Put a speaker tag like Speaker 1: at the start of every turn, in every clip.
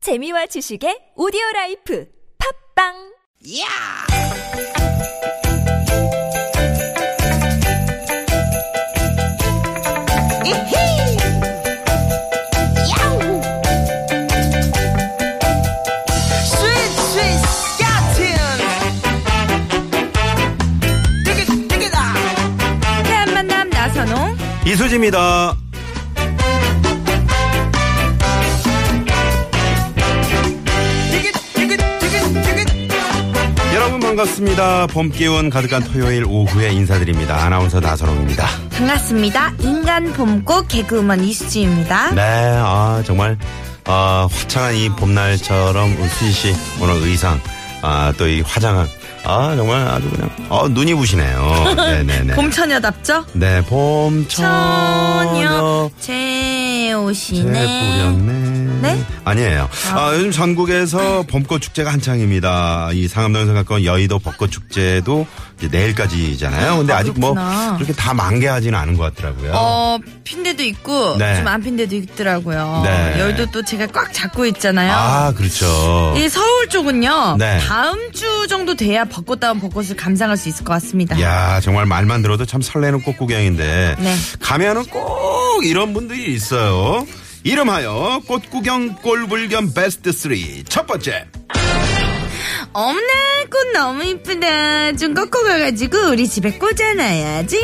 Speaker 1: 재미와 지식의 오디오 라이프 팝빵
Speaker 2: Yeah!
Speaker 3: 한 만남 나선홍
Speaker 4: 이수지입니다. 여러분 반갑습니다. 봄 기운 가득한 토요일 오후에 인사드립니다. 아나운서 나선홍입니다.
Speaker 3: 반갑습니다 인간 봄꽃 개그우먼 이수지입니다
Speaker 4: 네, 아 정말 아, 화창한 이 봄날처럼 우리 수지 씨 오늘 의상 아 또 이 화장한 아 정말 아주 그냥 어 눈이 부시네요. 네네네.
Speaker 3: 봄처녀답죠?
Speaker 4: 네, 봄처녀
Speaker 3: 처녀 제 옷이네
Speaker 4: 뿌렸네.
Speaker 3: 네?
Speaker 4: 아니에요. 아, 요즘 전국에서 봄꽃 축제가 한창입니다. 이 상암동에서 가까운 여의도 벚꽃 축제도 이제 내일까지잖아요. 근데
Speaker 3: 아,
Speaker 4: 아, 직
Speaker 3: 그렇구나.
Speaker 4: 뭐 그렇게 다 만개하지는 않은 것 같더라고요.
Speaker 3: 어, 핀 데도 있고
Speaker 4: 네.
Speaker 3: 좀 안 핀 데도 있더라고요
Speaker 4: 네.
Speaker 3: 열도 또 제가 꽉 잡고 있잖아요
Speaker 4: 아, 그렇죠.
Speaker 3: 이 서울 쪽은요
Speaker 4: 네.
Speaker 3: 다음 주 정도 돼야 벚꽃다운 벚꽃을 감상할 수 있을 것 같습니다
Speaker 4: 야 정말 말만 들어도 참 설레는 꽃구경인데
Speaker 3: 네.
Speaker 4: 가면은 꼭 이런 분들이 있어요. 이름하여 꽃구경 꼴불견 베스트 3. 첫 번째.
Speaker 3: 엄나 꽃 너무 이쁘다 좀 꺾어 가가지고 우리 집에 꽂아놔야지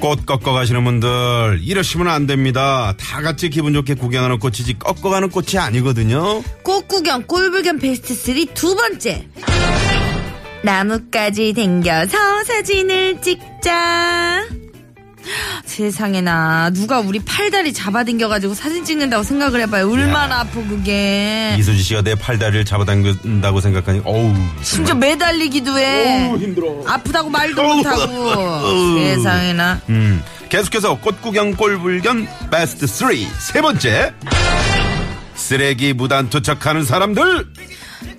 Speaker 4: 꽃 꺾어 가시는 분들 이러시면 안 됩니다. 다 같이 기분 좋게 구경하는 꽃이지 꺾어 가는 꽃이 아니거든요.
Speaker 3: 꽃구경 꼴불견 베스트 3 두 번째. 나뭇가지 댕겨서 사진을 찍자. 세상에나 누가 우리 팔다리 잡아당겨가지고 사진 찍는다고 생각을 해봐요. 얼마나 아프 그게.
Speaker 4: 이수지 씨가 내 팔다리를 잡아당긴다고 생각하니 어우
Speaker 3: 심지어 매달리기도 해. 아프다고 말도 못하고.
Speaker 4: 어우.
Speaker 3: 세상에나.
Speaker 4: 음. 계속해서 꽃구경 꼴불견 베스트 3. 세 번째. 쓰레기 무단 투척하는 사람들.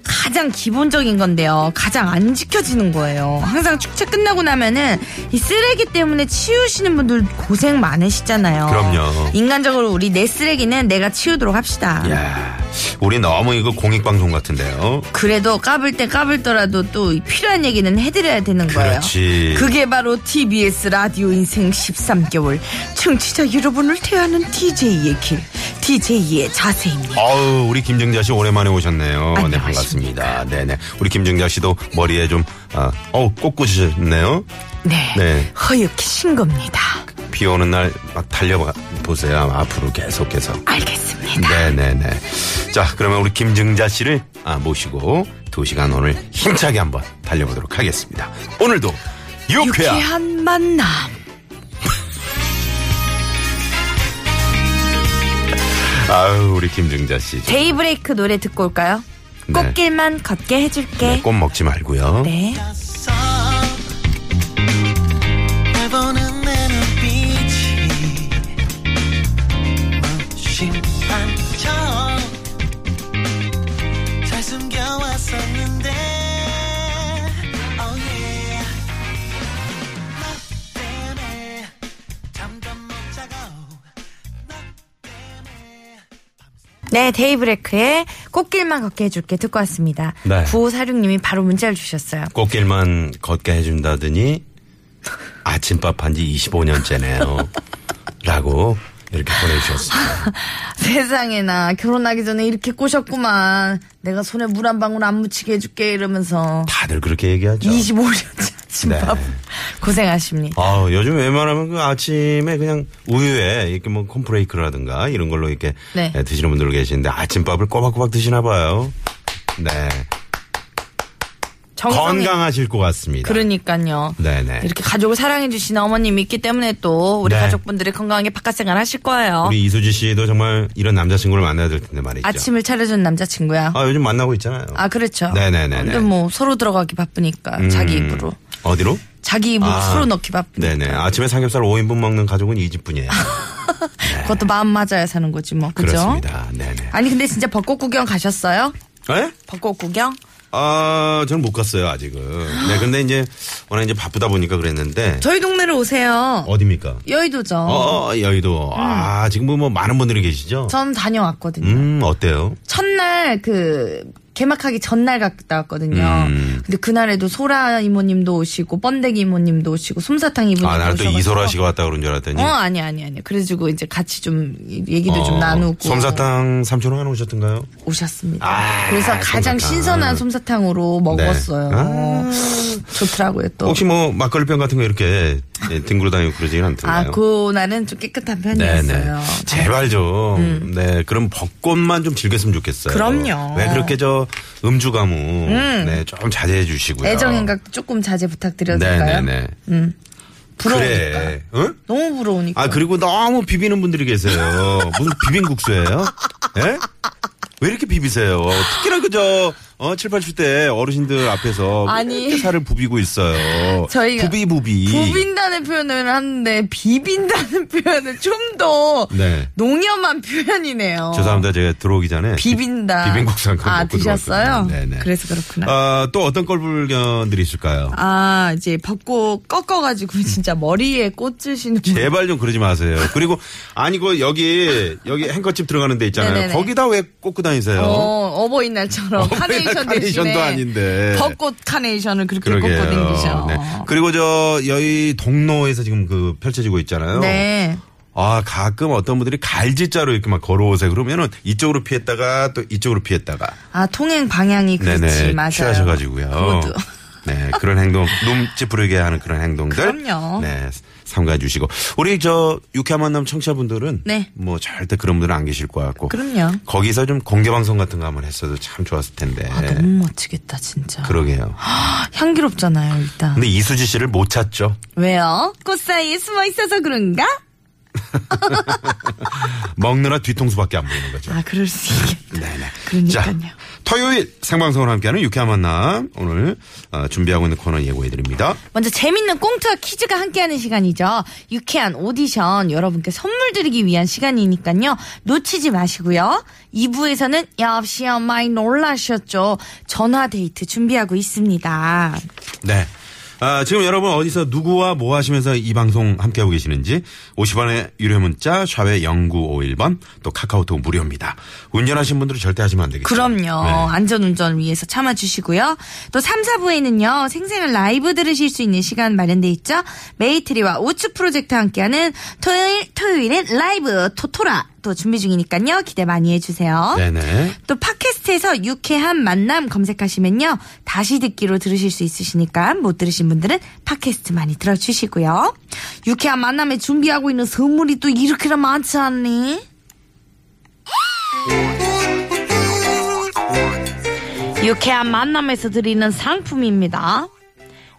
Speaker 3: 가장 기본적인 건데요. 가장 안 지켜지는 거예요. 항상 축제 끝나고 나면은 이 쓰레기 때문에 치우시는 분들 고생 많으시잖아요.
Speaker 4: 그럼요.
Speaker 3: 인간적으로 우리 내 쓰레기는 내가 치우도록 합시다.
Speaker 4: 야, 우리 너무 이거 공익 방송 같은데요.
Speaker 3: 그래도 까불 때 까불더라도 또 필요한 얘기는 해드려야 되는 거예요.
Speaker 4: 그렇지.
Speaker 3: 그게 바로 TBS 라디오 인생 13개월 청취자 여러분을 태하는 DJ의 길, DJ의 자세입니다.
Speaker 4: 어우, 우리 김정자 씨 오랜만에 오셨네요. 네,
Speaker 3: 안녕하십니까.
Speaker 4: 반갑습니다. 네네. 우리 김정자 씨도 머리에 좀, 아, 어우, 꽂꽂으셨네요.
Speaker 3: 네,
Speaker 4: 네.
Speaker 3: 허옇게 신 겁니다.
Speaker 4: 비 오는 날 막 달려보세요. 앞으로 계속해서.
Speaker 3: 알겠습니다.
Speaker 4: 네네네. 자, 그러면 우리 김정자 씨를 아, 모시고 두 시간 오늘 힘차게 한번 달려보도록 하겠습니다. 오늘도 유쾌한
Speaker 3: 유쾌한 만남.
Speaker 4: 아유, 우리 김정자 씨.
Speaker 3: 데이브레이크 노래 듣고 올까요?
Speaker 4: 네.
Speaker 3: 꽃길만 걷게 해줄게.
Speaker 4: 꽃 네, 먹지 말고요.
Speaker 3: 네.
Speaker 2: 해보는 내눈빛이 심판처럼 잘 숨겨왔었는데 oh yeah 너 때문에 잠도 못 자고
Speaker 3: 네, 데이브레이크의 꽃길만 걷게 해줄게 듣고 왔습니다.
Speaker 4: 네.
Speaker 3: 9546님이 바로 문자를 주셨어요.
Speaker 4: 꽃길만 걷게 해준다더니 아침밥 한 지 25년째네요. 라고 이렇게 보내주셨습니다.
Speaker 3: 세상에나 결혼하기 전에 이렇게 꼬셨구만. 내가 손에 물 한 방울 안 묻히게 해줄게 이러면서
Speaker 4: 다들 그렇게 얘기하죠.
Speaker 3: 25년째 아침밥
Speaker 4: 네.
Speaker 3: 고생하십니다.
Speaker 4: 아, 요즘 웬만하면 그 아침에 그냥 우유에 이렇게 뭐 콤프레이크라든가 이런 걸로 이렇게
Speaker 3: 네.
Speaker 4: 예, 드시는 분들 계시는데 아침밥을 꼬박꼬박 드시나 봐요. 네.
Speaker 3: 정성이
Speaker 4: 건강하실 것 같습니다.
Speaker 3: 그러니까요.
Speaker 4: 네네.
Speaker 3: 이렇게 가족을 사랑해주시는 어머님이 있기 때문에 또 우리
Speaker 4: 네.
Speaker 3: 가족분들이 건강하게 바깥생활 하실 거예요.
Speaker 4: 우리 이수지 씨도 정말 이런 남자친구를 만나야 될 텐데 말이죠.
Speaker 3: 어? 아침을 차려준 남자친구야.
Speaker 4: 아, 요즘 만나고 있잖아요.
Speaker 3: 아 그렇죠.
Speaker 4: 네네네네.
Speaker 3: 근데 뭐 서로 들어가기 바쁘니까 자기 입으로
Speaker 4: 음. 어디로?
Speaker 3: 자기 입으로
Speaker 4: 아.
Speaker 3: 서로 넣기 바쁘니까.
Speaker 4: 네네. 아침에 삼겹살 5인분 먹는 가족은 이 집뿐이에요.
Speaker 3: 그것도 마음 맞아야 사는 거지 뭐. 아, 그죠?
Speaker 4: 그렇습니다. 네네.
Speaker 3: 아니 근데 진짜 벚꽃 구경 가셨어요?
Speaker 4: 에?
Speaker 3: 벚꽃 구경?
Speaker 4: 아, 저는 못 갔어요, 아직은. 네, 근데 이제 워낙 이제 바쁘다 보니까 그랬는데.
Speaker 3: 저희 동네로 오세요.
Speaker 4: 어딥니까?
Speaker 3: 여의도죠.
Speaker 4: 어, 어, 여의도.
Speaker 3: 음.
Speaker 4: 아, 지금 뭐, 뭐 많은 분들이 계시죠?
Speaker 3: 전 다녀왔거든요.
Speaker 4: 음, 어때요?
Speaker 3: 첫날 그 개막하기 전날 갔다 왔거든요.
Speaker 4: 음.
Speaker 3: 근데 그날에도 소라 이모님도 오시고 번데기 이모님도 오시고 솜사탕 이모님도
Speaker 4: 아, 나는 또
Speaker 3: 오셔가지고.
Speaker 4: 이소라 씨가 왔다 그런 줄 알았더니.
Speaker 3: 음, 어 아니 아니 아니. 그래가지고 이제 같이 좀 얘기도
Speaker 4: 어,
Speaker 3: 좀 나누고
Speaker 4: 솜사탕 삼촌은 안 오셨던가요?
Speaker 3: 오셨습니다.
Speaker 4: 아,
Speaker 3: 그래서 가장
Speaker 4: 솜사탕. 네.
Speaker 3: 신선한 솜사탕으로 먹었어요.
Speaker 4: 아.
Speaker 3: 좋더라고요 또.
Speaker 4: 혹시 뭐 막걸리병 같은 거 이렇게 예, 등구로 다니고 그러지는 않던가요? 네,
Speaker 3: 아 그날은 좀 깨끗한 편이었어요. 네. 음.
Speaker 4: 제발 좀. 네. 그럼 벚꽃만 좀 즐겼으면 좋겠어요.
Speaker 3: 그럼요.
Speaker 4: 왜 그렇게 저 음주 가무. 네. 좀 자제해 주시고요.
Speaker 3: 애정 행각 조금 자제 부탁드려도 될까요? 음.
Speaker 4: 네네네.
Speaker 3: 부러우니까.
Speaker 4: 그래. 응?
Speaker 3: 너무 부러우니까.
Speaker 4: 아, 그리고 너무 비비는 분들이 계세요. 무슨 비빔국수예요? 예? 왜 이렇게 비비세요? 특히나 그저 어, 7, 80대 어르신들 앞에서
Speaker 3: 아니.
Speaker 4: 이렇게 살을 부비고 있어요.
Speaker 3: 저희가
Speaker 4: 부비부비.
Speaker 3: 부빈다는 표현을 하는데 비빈다는 표현은 좀 더
Speaker 4: 네.
Speaker 3: 농염한 표현이네요.
Speaker 4: 죄송합니다. 제가 들어오기 전에
Speaker 3: 비빈다.
Speaker 4: 비빔국수 한
Speaker 3: 아
Speaker 4: 컵 먹고
Speaker 3: 드셨어요?
Speaker 4: 들어왔거든요. 네네.
Speaker 3: 그래서 그렇구나. 아,
Speaker 4: 아, 또 어떤 꼴불견들이 있을까요?
Speaker 3: 이제 벚꽃 꺾어가지고 진짜 머리에 꽂으시는 분.
Speaker 4: 제발 좀 그러지 마세요. 그리고 아니 그 여기 여기 행커집 들어가는 데 있잖아요.
Speaker 3: 네네네.
Speaker 4: 거기다 왜 꽂고 다니세요?
Speaker 3: 어, 어버이날처럼
Speaker 4: 어버이날
Speaker 3: 카네이션
Speaker 4: 카네이션도
Speaker 3: 대신에
Speaker 4: 아닌데.
Speaker 3: 벚꽃 카네이션을 그렇게 꽂고
Speaker 4: 그러게요.
Speaker 3: 댕기죠.
Speaker 4: 네. 그리고 저 여의 동로에서 지금 그 펼쳐지고 있잖아요.
Speaker 3: 네.
Speaker 4: 아 가끔 어떤 분들이 갈지자로 이렇게 막 걸어오세요. 그러면은 이쪽으로 피했다가 또 이쪽으로 피했다가
Speaker 3: 아 통행 방향이 그렇지
Speaker 4: 네네
Speaker 3: 맞아요.
Speaker 4: 취하셔가지고요.
Speaker 3: 그것도.
Speaker 4: 네 그런 행동 눈 찌푸리게 하는 그런 행동들.
Speaker 3: 그럼요.
Speaker 4: 네 삼가해 주시고 우리 저 유쾌한 만남 청취자분들은
Speaker 3: 네.
Speaker 4: 뭐 절대 그런 분들은 안 계실 것 같고.
Speaker 3: 그럼요.
Speaker 4: 거기서 좀 공개 방송 같은 거 한번 했어도 참 좋았을 텐데.
Speaker 3: 아, 너무 멋지겠다 진짜.
Speaker 4: 네. 그러게요.
Speaker 3: 향기롭잖아요 일단.
Speaker 4: 근데 이수지 씨를 못 찾죠.
Speaker 3: 왜요? 꽃 사이에 숨어 있어서 그런가?
Speaker 4: 먹느라 뒤통수밖에 안 보이는 거죠.
Speaker 3: 아, 그럴 수 있겠다.
Speaker 4: 네네.
Speaker 3: 그러니까요.
Speaker 4: 자, 토요일 생방송으로 함께하는 유쾌한 만남 오늘 어, 준비하고 있는 코너 예고해드립니다.
Speaker 3: 먼저 재밌는 꽁트와 퀴즈가 함께하는 시간이죠. 유쾌한 오디션 여러분께 선물 드리기 위한 시간이니까요. 놓치지 마시고요. 2부에서는 역시요 많이 놀라셨죠. 전화 데이트 준비하고 있습니다.
Speaker 4: 네. 아, 지금 여러분 어디서 누구와 뭐 하시면서 이 방송 함께하고 계시는지 50원의 유료 문자 샵의 0951번 또 카카오톡 무료입니다. 운전하신 분들은 절대 하시면 안 되겠죠.
Speaker 3: 그럼요.
Speaker 4: 네.
Speaker 3: 안전운전 위해서 참아주시고요. 또 3, 4부에는요. 생생한 라이브 들으실 수 있는 시간 마련돼 있죠. 메이트리와 우츠 프로젝트 함께하는 토요일, 토요일엔 라이브 토토라 또 준비 중이니까요. 기대 많이 해주세요.
Speaker 4: 네네.
Speaker 3: 또 팟캐스트에서 유쾌한 만남 검색하시면요. 다시 듣기로 들으실 수 있으시니까 못 들으신 분들은 팟캐스트 많이 들어주시고요. 유쾌한 만남에 준비하고 있는 선물이 또 이렇게나 많지 않니? 유쾌한 만남에서 드리는 상품입니다.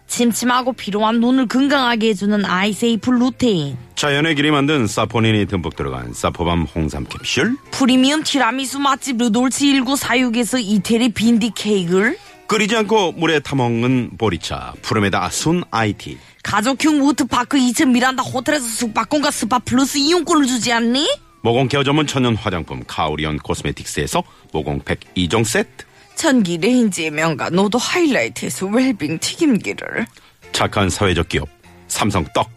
Speaker 3: 침침하고 피로한 눈을 건강하게 해주는 아이세이프 루테인.
Speaker 4: 자연의 길이 만든 사포닌이 듬뿍 들어간 사포밤 홍삼 캡슐.
Speaker 3: 프리미엄 티라미수 맛집 르돌치 1946에서 이태리 빈디 케이크를
Speaker 4: 끓이지 않고 물에 타먹는 보리차. 푸르메다 순 IT.
Speaker 3: 가족형 워터파크 2층 미란다 호텔에서 숙박권과 스파 플러스 이용권을 주지 않니?
Speaker 4: 모공 케어 전문 천연 화장품 카오리언 코스메틱스에서 모공팩 2종 세트.
Speaker 3: 전기 레인지의 명가 노도 하이라이트에서 웰빙 튀김기를
Speaker 4: 착한 사회적 기업 삼성 떡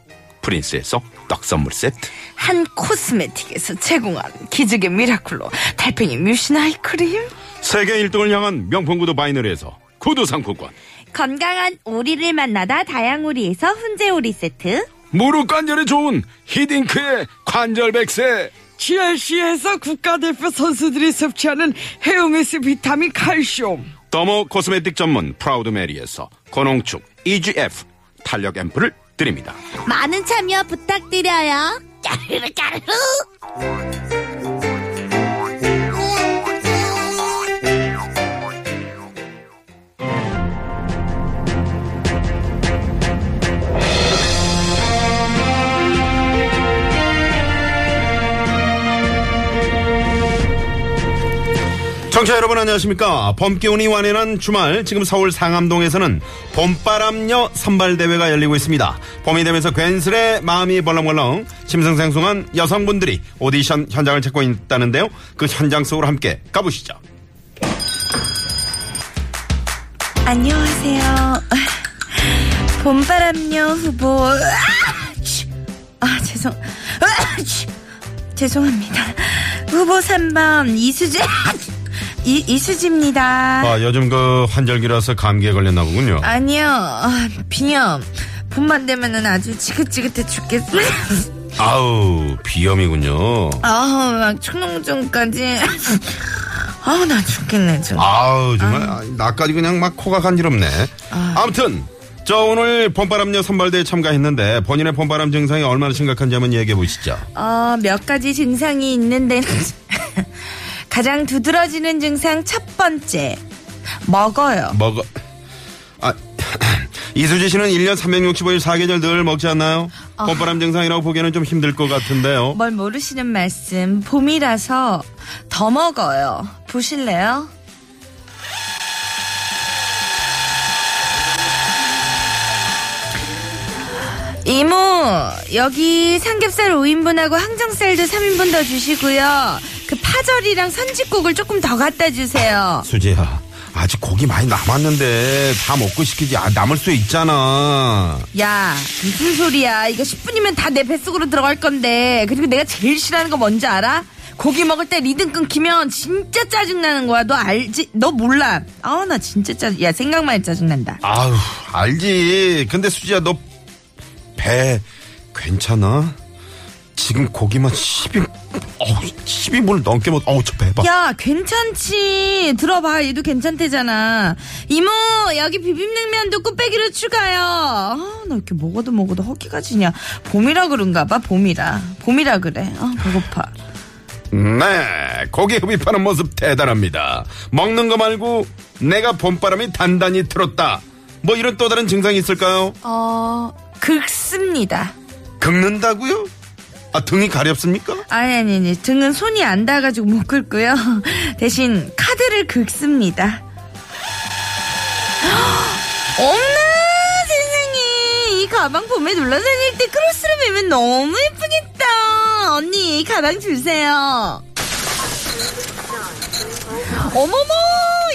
Speaker 4: 프린스에서 떡 선물 세트.
Speaker 3: 한 코스메틱에서 제공한 기적의 미라클로 달팽이 뮤신 아이크림
Speaker 4: 세계 1등을 향한 명품 구두 바이너리에서 구두 상품권.
Speaker 3: 건강한 오리를 만나다 다양오리에서 훈제오리 세트
Speaker 4: 무릎 관절에 좋은 히딩크의 관절 백세.
Speaker 5: GRC에서 국가대표 선수들이 섭취하는 헤어메스 비타민 칼슘
Speaker 4: 더모 코스메틱 전문 프라우드 메리에서 고농축 EGF 탄력 앰플을 드립니다.
Speaker 3: 많은 참여 부탁드려요 까르르 까르르
Speaker 4: 청취자 여러분 안녕하십니까. 봄기운이 완연한 주말 지금 서울 상암동에서는 봄바람녀 선발대회가 열리고 있습니다. 봄이 되면서 괜스레 마음이 벌렁벌렁 심승생숭한 여성분들이 오디션 현장을 찾고 있다는데요. 그 현장 속으로 함께 가보시죠.
Speaker 3: 안녕하세요. 봄바람녀 후보. 아, 치. 아, 죄송. 아, 치. 죄송합니다. 후보 3번 이수지. 이, 이수지입니다.
Speaker 4: 아, 요즘 그 환절기라서 감기에 걸렸나 보군요.
Speaker 3: 아니요, 아, 비염. 봄만 되면은 아주 지긋지긋해 죽겠어.
Speaker 4: 아우, 비염이군요.
Speaker 3: 아우, 막 축농증까지. 아우, 나 죽겠네, 좀.
Speaker 4: 아우 정말 아, 나까지 그냥 막 코가 간지럽네. 아무튼 저 오늘 봄바람녀 선발대에 참가했는데 본인의 봄바람 증상이 얼마나 심각한지 한번 얘기해 보시죠.
Speaker 3: 어, 몇 가지 증상이 있는데 가장 두드러지는 증상 첫 번째 먹어요.
Speaker 4: 먹어. 아 이수지 씨는 1년 365일 사계절 늘 먹지 않나요? 봄바람 증상이라고 보기에는 좀 힘들 것 같은데요.
Speaker 3: 뭘 모르시는 말씀 봄이라서 더 먹어요. 보실래요? 이모 여기 삼겹살 5인분하고 항정살도 3인분 더 주시고요. 그 파절이랑 선지국을 조금 더 갖다 주세요.
Speaker 4: 수지야 아직 고기 많이 남았는데 다 먹고 시키지 아, 남을 수 있잖아.
Speaker 3: 야 무슨 소리야 이거 10분이면 다 내 뱃속으로 들어갈 건데 그리고 내가 제일 싫어하는 거 뭔지 알아? 고기 먹을 때 리듬 끊기면 진짜 짜증나는 거야 너 알지? 너 몰라 아우 나 진짜 짜증 야 생각만 해도 짜증난다
Speaker 4: 아유 알지 근데 수지야 너 배 괜찮아? 지금 고기만 10인 어우 10인분을 넘게 먹 어우 저 배봐
Speaker 3: 야 괜찮지 들어봐 얘도 괜찮대잖아 이모 여기 비빔냉면도 꽃배기로 추가요 아나 이렇게 먹어도 먹어도 허기가 지냐 봄이라 그런가 봐 봄이라 봄이라 그래 아 배고파
Speaker 4: 네 고기 흡입하는 모습 대단합니다 먹는 거 말고 내가 봄바람이 단단히 틀었다 뭐 이런 또 다른 증상이 있을까요?
Speaker 3: 어 극습니다
Speaker 4: 긁는다고요? 아 등이 가렵습니까?
Speaker 3: 아니 아니 아니 등은 손이 안 닿아가지고 못 긁고요 대신 카드를 긁습니다 엄마 세상에 이 가방 봄에 놀러 다닐 때 크로스로 매면 너무 예쁘겠다 언니 이 가방 주세요 어머머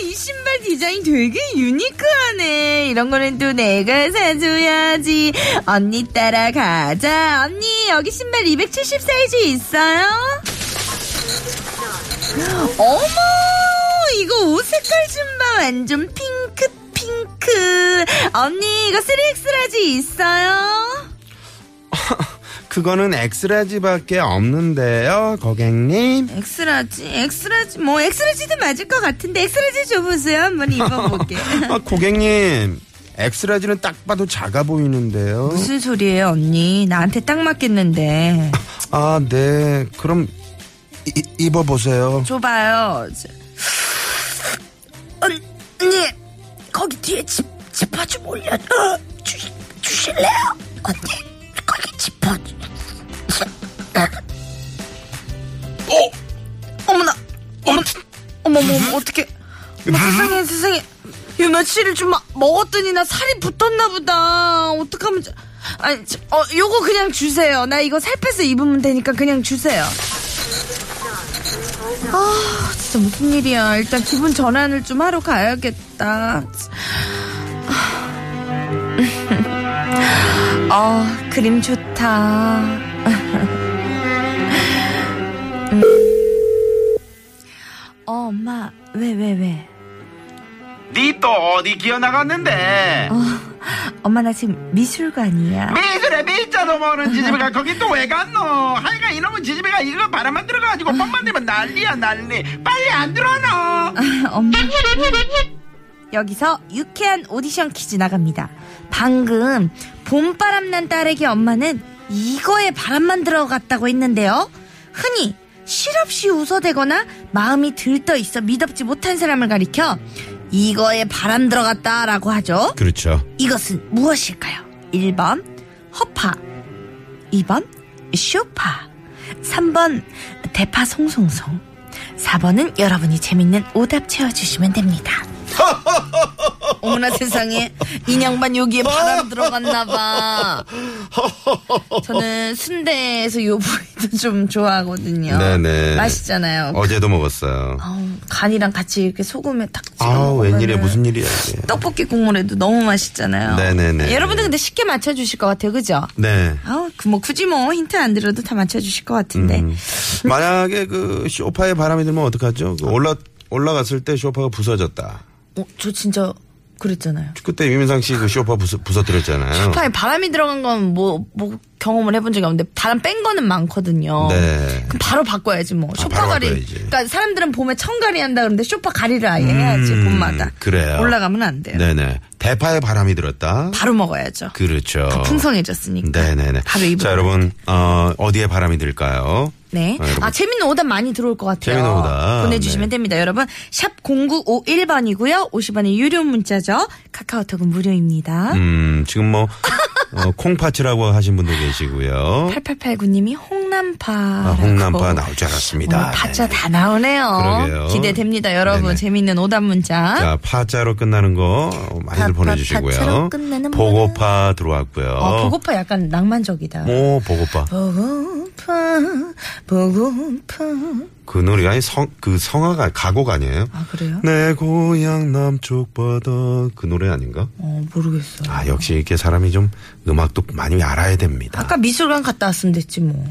Speaker 3: 이 신발 디자인 되게 유니크하네 이런 거는 또 내가 사줘야지 언니 따라가자 언니 여기 신발 270 사이즈 있어요? 어머 이거 옷 색깔 좀 봐 완전 핑크 핑크 언니 이거 3X 라지 있어요?
Speaker 4: 그거는 엑스라지밖에 없는데요 고객님
Speaker 3: 엑스라지 엑스라지 뭐 엑스라지도 맞을 것 같은데 엑스라지 줘보세요 한번 입어볼게
Speaker 4: 아, 고객님, 엑스라지는 딱 봐도 작아 보이는데요.
Speaker 3: 무슨 소리예요 언니 나한테 딱 맞겠는데
Speaker 4: 아, 네. 그럼 이- 입어보세요.
Speaker 3: 줘봐요 저- 언- 언니 거기 뒤에 지, 지퍼 좀 올려 어, 주, 주실래요 언니 거기 지퍼 좀- 어 어머나 어머 어머머 어머, 어떡해 어머, 세상에 세상에 요 며칠을 좀 먹었더니 나 살이 붙었나 보다 어떡하면 저- 아니 저- 어 요거 그냥 주세요 나 이거 살 빼서 입으면 되니까 그냥 주세요 아 진짜 무슨 일이야 일단 기분 전환을 좀 하러 가야겠다 어 그림 좋다 음. 어 엄마 왜 왜 왜, 왜?
Speaker 6: 니 또 어디 기어나갔는데
Speaker 3: 엄마 나 지금 미술관이야
Speaker 6: 미술에 미자도 모르는 지지배가 거기 또 왜 갔노 하여간 이놈은 지지배가 이거 바람만 들어가가지고 뻥만 되면 난리야 난리 빨리 안 들어오노
Speaker 3: 엄마 여기서 유쾌한 오디션 퀴즈 나갑니다 방금 봄바람 난 딸에게 엄마는 이거에 바람만 들어갔다고 했는데요 흔히 실없이 웃어대거나 마음이 들떠 있어 믿업지 못한 사람을 가리켜 이거에 바람 들어갔다라고 하죠
Speaker 4: 그렇죠.
Speaker 3: 이것은 무엇일까요? 1번 허파 2번 쇼파 3번 대파 송송송 4번은 여러분이 재밌는 오답 채워주시면 됩니다 어머나 세상에 인양반 여기에 바람 들어갔나봐 저는 순대에서 요부에 것도 좀 좋아하거든요.
Speaker 4: 네네.
Speaker 3: 맛있잖아요.
Speaker 4: 어제도 먹었어요.
Speaker 3: 아우, 간이랑 같이 이렇게 소금에 탁 찍어
Speaker 4: 아우,
Speaker 3: 먹으면은
Speaker 4: 웬일이야, 무슨 일이야, 이게.
Speaker 3: 떡볶이 국물에도 너무 맛있잖아요.
Speaker 4: 네네네.
Speaker 3: 여러분들 근데 쉽게 맞춰주실 것 같아요, 그죠?
Speaker 4: 네.
Speaker 3: 아우, 그 뭐 굳이 뭐 힌트 안 드려도 다 맞춰주실 것 같은데.
Speaker 4: 음. 만약에 그 쇼파에 바람이 들면 어떡하죠? 그 올라, 올라갔을 때 쇼파가 부서졌다.
Speaker 3: 어, 저 진짜 그랬잖아요.
Speaker 4: 그때 유민상 씨 그 쇼파 부서, 부서뜨렸잖아요.
Speaker 3: 쇼파에 바람이 들어간 건 뭐 뭐 경험을 해본 적이 없는데 바람 뺀 거는 많거든요.
Speaker 4: 네. 아,
Speaker 3: 그럼 바로 바꿔야지 뭐. 쇼파
Speaker 4: 바로
Speaker 3: 가리.
Speaker 4: 바꿔야지.
Speaker 3: 그러니까 사람들은 봄에 청가리 한다 그러는데 쇼파 가리를 아예 해야지 봄마다.
Speaker 4: 음, 그래요.
Speaker 3: 올라가면 안 돼요.
Speaker 4: 네네. 대파에 바람이 들었다.
Speaker 3: 바로 먹어야죠.
Speaker 4: 그렇죠.
Speaker 3: 다 풍성해졌으니까.
Speaker 4: 네네네.
Speaker 3: 바로 입으로.
Speaker 4: 자, 여러분, 어, 어디에 바람이 들까요?
Speaker 3: 네.
Speaker 4: 어, 여러분.
Speaker 3: 아, 재밌는 오답 많이 들어올 것 같아요.
Speaker 4: 재밌는 오답.
Speaker 3: 보내주시면
Speaker 4: 네.
Speaker 3: 됩니다. 여러분, 샵 0951번이고요. 50원의 유료 문자죠. 카카오톡은 무료입니다.
Speaker 4: 음, 지금 뭐, 어, 콩파츠라고 하신 분도 계시고요.
Speaker 3: 8889님이 홍남파.
Speaker 4: 아, 홍남파 나올 줄 알았습니다.
Speaker 3: 파자
Speaker 4: 네네.
Speaker 3: 다 나오네요.
Speaker 4: 그러게요.
Speaker 3: 기대됩니다, 여러분.
Speaker 4: 네네.
Speaker 3: 재밌는 오답 문자.
Speaker 4: 네. 자, 파자로 끝나는 거 많이들
Speaker 3: 파, 파,
Speaker 4: 보내주시고요.
Speaker 3: 파자로 끝나는
Speaker 4: 보고파 들어왔고요. 음.
Speaker 3: 어, 보고파 약간 낭만적이다.
Speaker 4: 오, 보고파.
Speaker 3: 보고파, 보고파.
Speaker 4: 그 노래가 아니 성, 그 성화가 가곡 아니에요?
Speaker 3: 아, 그래요?
Speaker 4: 내 고향 남쪽 바다 그 노래 아닌가?
Speaker 3: 어, 모르겠어요.
Speaker 4: 아 역시 이렇게 사람이 좀 음악도 많이 알아야 됩니다.
Speaker 3: 아까 미술관 갔다 왔으면 됐지 뭐.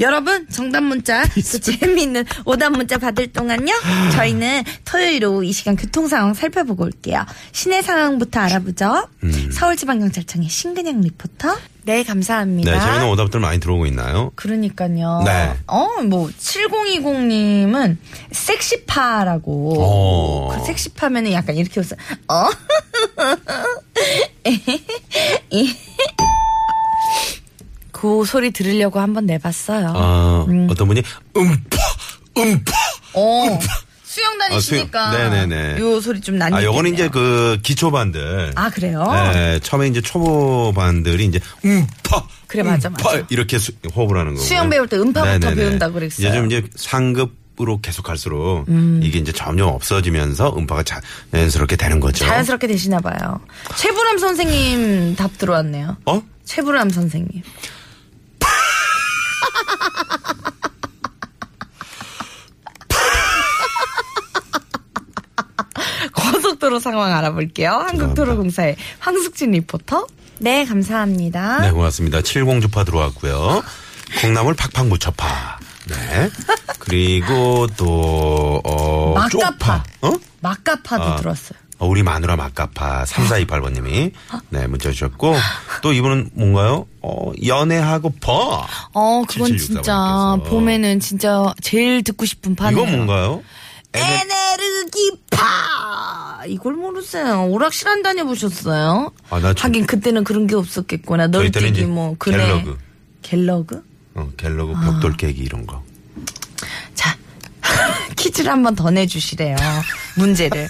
Speaker 3: 여러분 정답 문자 또 재미있는 오답 문자 받을 동안요 저희는 토요일 오후 이 시간 교통 상황 살펴보고 올게요 시내 상황부터 알아보죠
Speaker 4: 음.
Speaker 3: 서울지방경찰청의 신근양 리포터 네 감사합니다
Speaker 4: 네 재밌는 오답들 많이 들어오고 있나요?
Speaker 3: 그러니까요
Speaker 4: 네.
Speaker 3: 어뭐 7020님은 섹시파라고
Speaker 4: 어.
Speaker 3: 그 섹시파면은 약간 이렇게 웃어 어 그 소리 들으려고 한번 내봤어요.
Speaker 4: 아
Speaker 3: 음.
Speaker 4: 어떤 분이 음파 음파
Speaker 3: 어. 수영
Speaker 4: 아, 수영.
Speaker 3: 다니시니까.
Speaker 4: 네네네.
Speaker 3: 요 소리 좀 낫네요.
Speaker 4: 아 요거는 이제 그 기초반들.
Speaker 3: 아, 그래요?
Speaker 4: 네 처음에 이제 초보반들이 이제 음파
Speaker 3: 그래, 맞아,
Speaker 4: 음파
Speaker 3: 맞아.
Speaker 4: 이렇게 수- 호흡을 하는 거고
Speaker 3: 수영 배울 때 음파부터 배운다고 그랬어요.
Speaker 4: 네.
Speaker 3: 음.
Speaker 4: 요즘 이제 상급으로 계속 갈수록 이게 이제 점점 없어지면서 음파가 자연스럽게 되는 거죠.
Speaker 3: 자연스럽게 되시나 봐요. 최불암 선생님 답 들어왔네요.
Speaker 4: 어?
Speaker 3: 최불암 선생님. 고속도로 상황 알아볼게요. 한국도로공사의 황숙진 리포터. 네, 감사합니다.
Speaker 4: 네, 고맙습니다. 70주파 들어왔고요. 콩나물 팍팍 무쳐파. 네. 그리고 또, 어,
Speaker 3: 막가파.
Speaker 4: 쪽파. 어?
Speaker 3: 막가파도
Speaker 4: 아.
Speaker 3: 들었어요.
Speaker 4: 어, 우리 마누라 막가파 3428번님이 네 문자 주셨고 또 이분은 뭔가요? 어 연애하고 버
Speaker 3: 어, 그건
Speaker 4: 7764
Speaker 3: 진짜
Speaker 4: 번님께서.
Speaker 3: 봄에는 진짜 제일 듣고 싶은 파네요.
Speaker 4: 이거 뭔가요?
Speaker 3: 에네르기파! 이걸 모르세요. 오락실 안 다녀보셨어요?
Speaker 4: 아, 나 저-
Speaker 3: 하긴 그때는 그런 게 없었겠구나.
Speaker 4: 저희 때는
Speaker 3: 널뛰기
Speaker 4: 이제
Speaker 3: 뭐 그래.
Speaker 4: 갤러그.
Speaker 3: 갤러그?
Speaker 4: 어, 갤러그 벽돌 깨기 이런 거.
Speaker 3: 자, 퀴즈를 한 번 더 내주시래요. 문제를.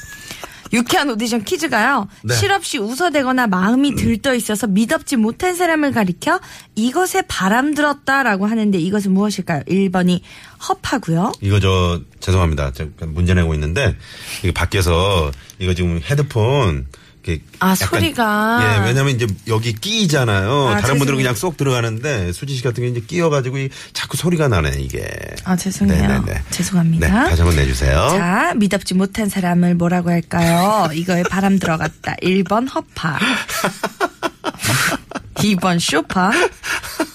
Speaker 3: 유쾌한 오디션 퀴즈가요.
Speaker 4: 네.
Speaker 3: 실없이 웃어대거나 마음이 들떠 있어서 미덥지 못한 사람을 가리켜 이것에 바람 들었다라고 하는데 이것은 무엇일까요? 1번이 허파고요.
Speaker 4: 이거 저 죄송합니다. 제가 문제 내고 있는데 이거 밖에서 이거 지금 헤드폰 이렇게
Speaker 3: 아, 소리가.
Speaker 4: 예 왜냐면 이제 여기 끼잖아요.
Speaker 3: 아,
Speaker 4: 다른 분들은
Speaker 3: 죄송해요.
Speaker 4: 그냥 쏙 들어가는데 수지 씨 같은 게 이제 끼어가지고 이- 자꾸 소리가 나네 이게.
Speaker 3: 아, 죄송해요. 죄송합니다.
Speaker 4: 네, 다시 한번 내주세요.
Speaker 3: 자, 미덥지 못한 사람을 뭐라고 할까요? 이거에 바람 들어갔다. 1번 허파. 2번 쇼파.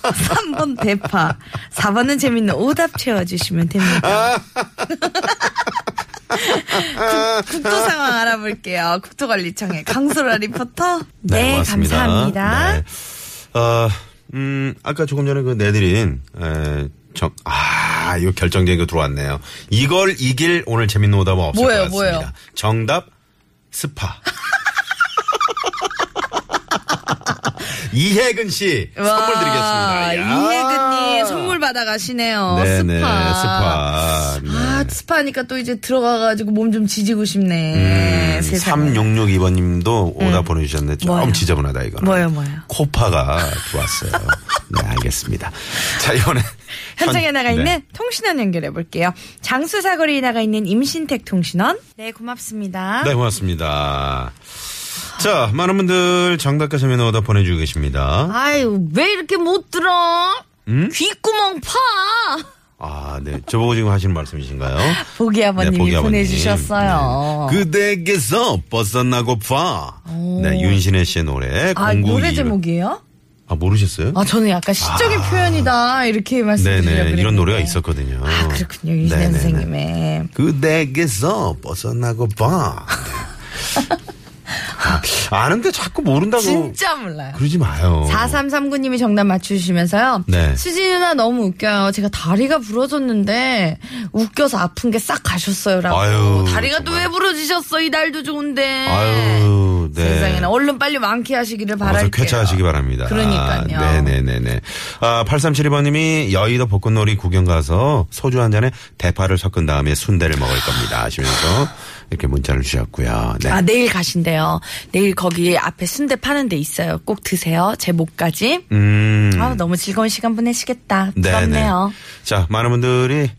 Speaker 3: 3번 대파. 4번은 재밌는 오답 채워주시면 됩니다. 국, 도 상황 알아볼게요. 국토관리청의 강소라 리포터. 네,
Speaker 4: 고맙습니다.
Speaker 3: 감사합니다.
Speaker 4: 네. 어, 음, 아까 조금 전에 그 내드린, 에, 정, 아, 요 결정적인 거 들어왔네요. 이걸 이길 오늘 재밌는 오답은 없을
Speaker 3: 뭐예요,
Speaker 4: 것 같습니다.
Speaker 3: 뭐예요?
Speaker 4: 정답, 스파. 이혜근 씨, 선물 드리겠습니다.
Speaker 3: 이혜근님 선물 받아가시네요.
Speaker 4: 네네,
Speaker 3: 스파.
Speaker 4: 스파. 네.
Speaker 3: 아, 스파니까 또 이제 들어가가지고 몸 좀 지지고
Speaker 4: 음,
Speaker 3: 싶네. 세상에. 음.
Speaker 4: 3662번 님도 오답 보내주셨는데 좀
Speaker 3: 뭐요?
Speaker 4: 지저분하다, 이거는.
Speaker 3: 뭐요, 뭐요?
Speaker 4: 코파가 좋았어요. 네, 알겠습니다. 자, 이번에.
Speaker 3: 현장에
Speaker 4: 현-
Speaker 3: 나가
Speaker 4: 네.
Speaker 3: 있는 통신원 연결해 볼게요. 장수사거리에 나가 있는 임신택 통신원. 네, 고맙습니다.
Speaker 4: 네, 고맙습니다. 자, 많은 분들 정답과 재미는 오답 보내주고 계십니다.
Speaker 3: 아유, 왜 이렇게 못 들어?
Speaker 4: 음?
Speaker 3: 귓구멍 파!
Speaker 4: 아, 네. 저보고 지금 하시는 말씀이신가요?
Speaker 3: 보기 아버님이
Speaker 4: 네, 보기 아버님.
Speaker 3: 보내주셨어요.
Speaker 4: 네. 그대에게서 벗어나고파. 네, 윤신혜 씨의 노래.
Speaker 3: 아,
Speaker 4: 그 공구이.
Speaker 3: 노래 제목이에요?
Speaker 4: 아, 모르셨어요?
Speaker 3: 아, 저는 약간 시적인 표현이다. 이렇게 말씀드리려고
Speaker 4: 네네. 이런
Speaker 3: 그랬는데.
Speaker 4: 노래가 있었거든요.
Speaker 3: 아, 그렇군요. 유진혜
Speaker 4: 네네네.
Speaker 3: 선생님의.
Speaker 4: 그대에게서 벗어나고파. 네. 아, 아는데 자꾸 모른다고.
Speaker 3: 진짜 몰라요.
Speaker 4: 그러지 마요.
Speaker 3: 4339님이 정답 맞추시면서요.
Speaker 4: 네.
Speaker 3: 수진이 누나 너무 웃겨요. 제가 다리가 부러졌는데 웃겨서 아픈 게 싹 가셨어요. 라고.
Speaker 4: 아유,
Speaker 3: 다리가 또
Speaker 4: 정말.
Speaker 3: 왜 부러지셨어? 이 날도 좋은데.
Speaker 4: 아유, 네.
Speaker 3: 세상에나 얼른 빨리 완쾌하시기를
Speaker 4: 어서
Speaker 3: 바랄게요.
Speaker 4: 쾌차하시기 바랍니다.
Speaker 3: 그러니까요.
Speaker 4: 아, 네네네네. 아, 8372번님이 여의도 벚꽃놀이 구경 가서 소주 한 잔에 대파를 섞은 다음에 순대를 먹을 겁니다. 하시면서 이렇게 문자를 주셨고요. 네.
Speaker 3: 아, 내일 가신대요. 내일 거기 앞에 순대 파는 데 있어요. 꼭 드세요. 제 목까지.
Speaker 4: 음.
Speaker 3: 아, 너무 즐거운 시간 보내시겠다.
Speaker 4: 네네.
Speaker 3: 부럽네요.
Speaker 4: 자, 많은 분들이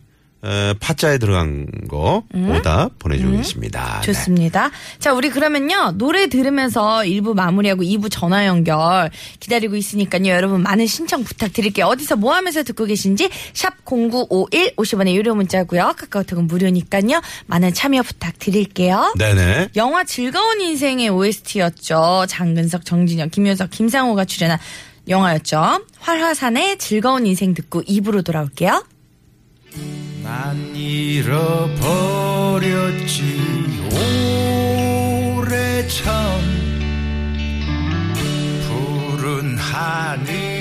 Speaker 4: 에, 파자에 들어간 거 오답 보내주고 계십니다. 네.
Speaker 3: 음? 좋습니다. 자, 우리 그러면요. 노래 들으면서 1부 마무리하고 2부 전화 연결 기다리고 있으니까요. 여러분 많은 신청 부탁드릴게요. 어디서 뭐 하면서 듣고 계신지 샵0951 50원의 유료 문자고요. 카카오톡은 무료니까요. 많은 참여 부탁드릴게요.
Speaker 4: 네네.
Speaker 3: 영화 즐거운 인생의 OST였죠. 장근석, 정진영, 김효석, 김상호가 출연한 영화였죠. 활화산의 즐거운 인생 듣고 2부로 돌아올게요.
Speaker 7: 난 잃어버렸지 오래전 푸른 하늘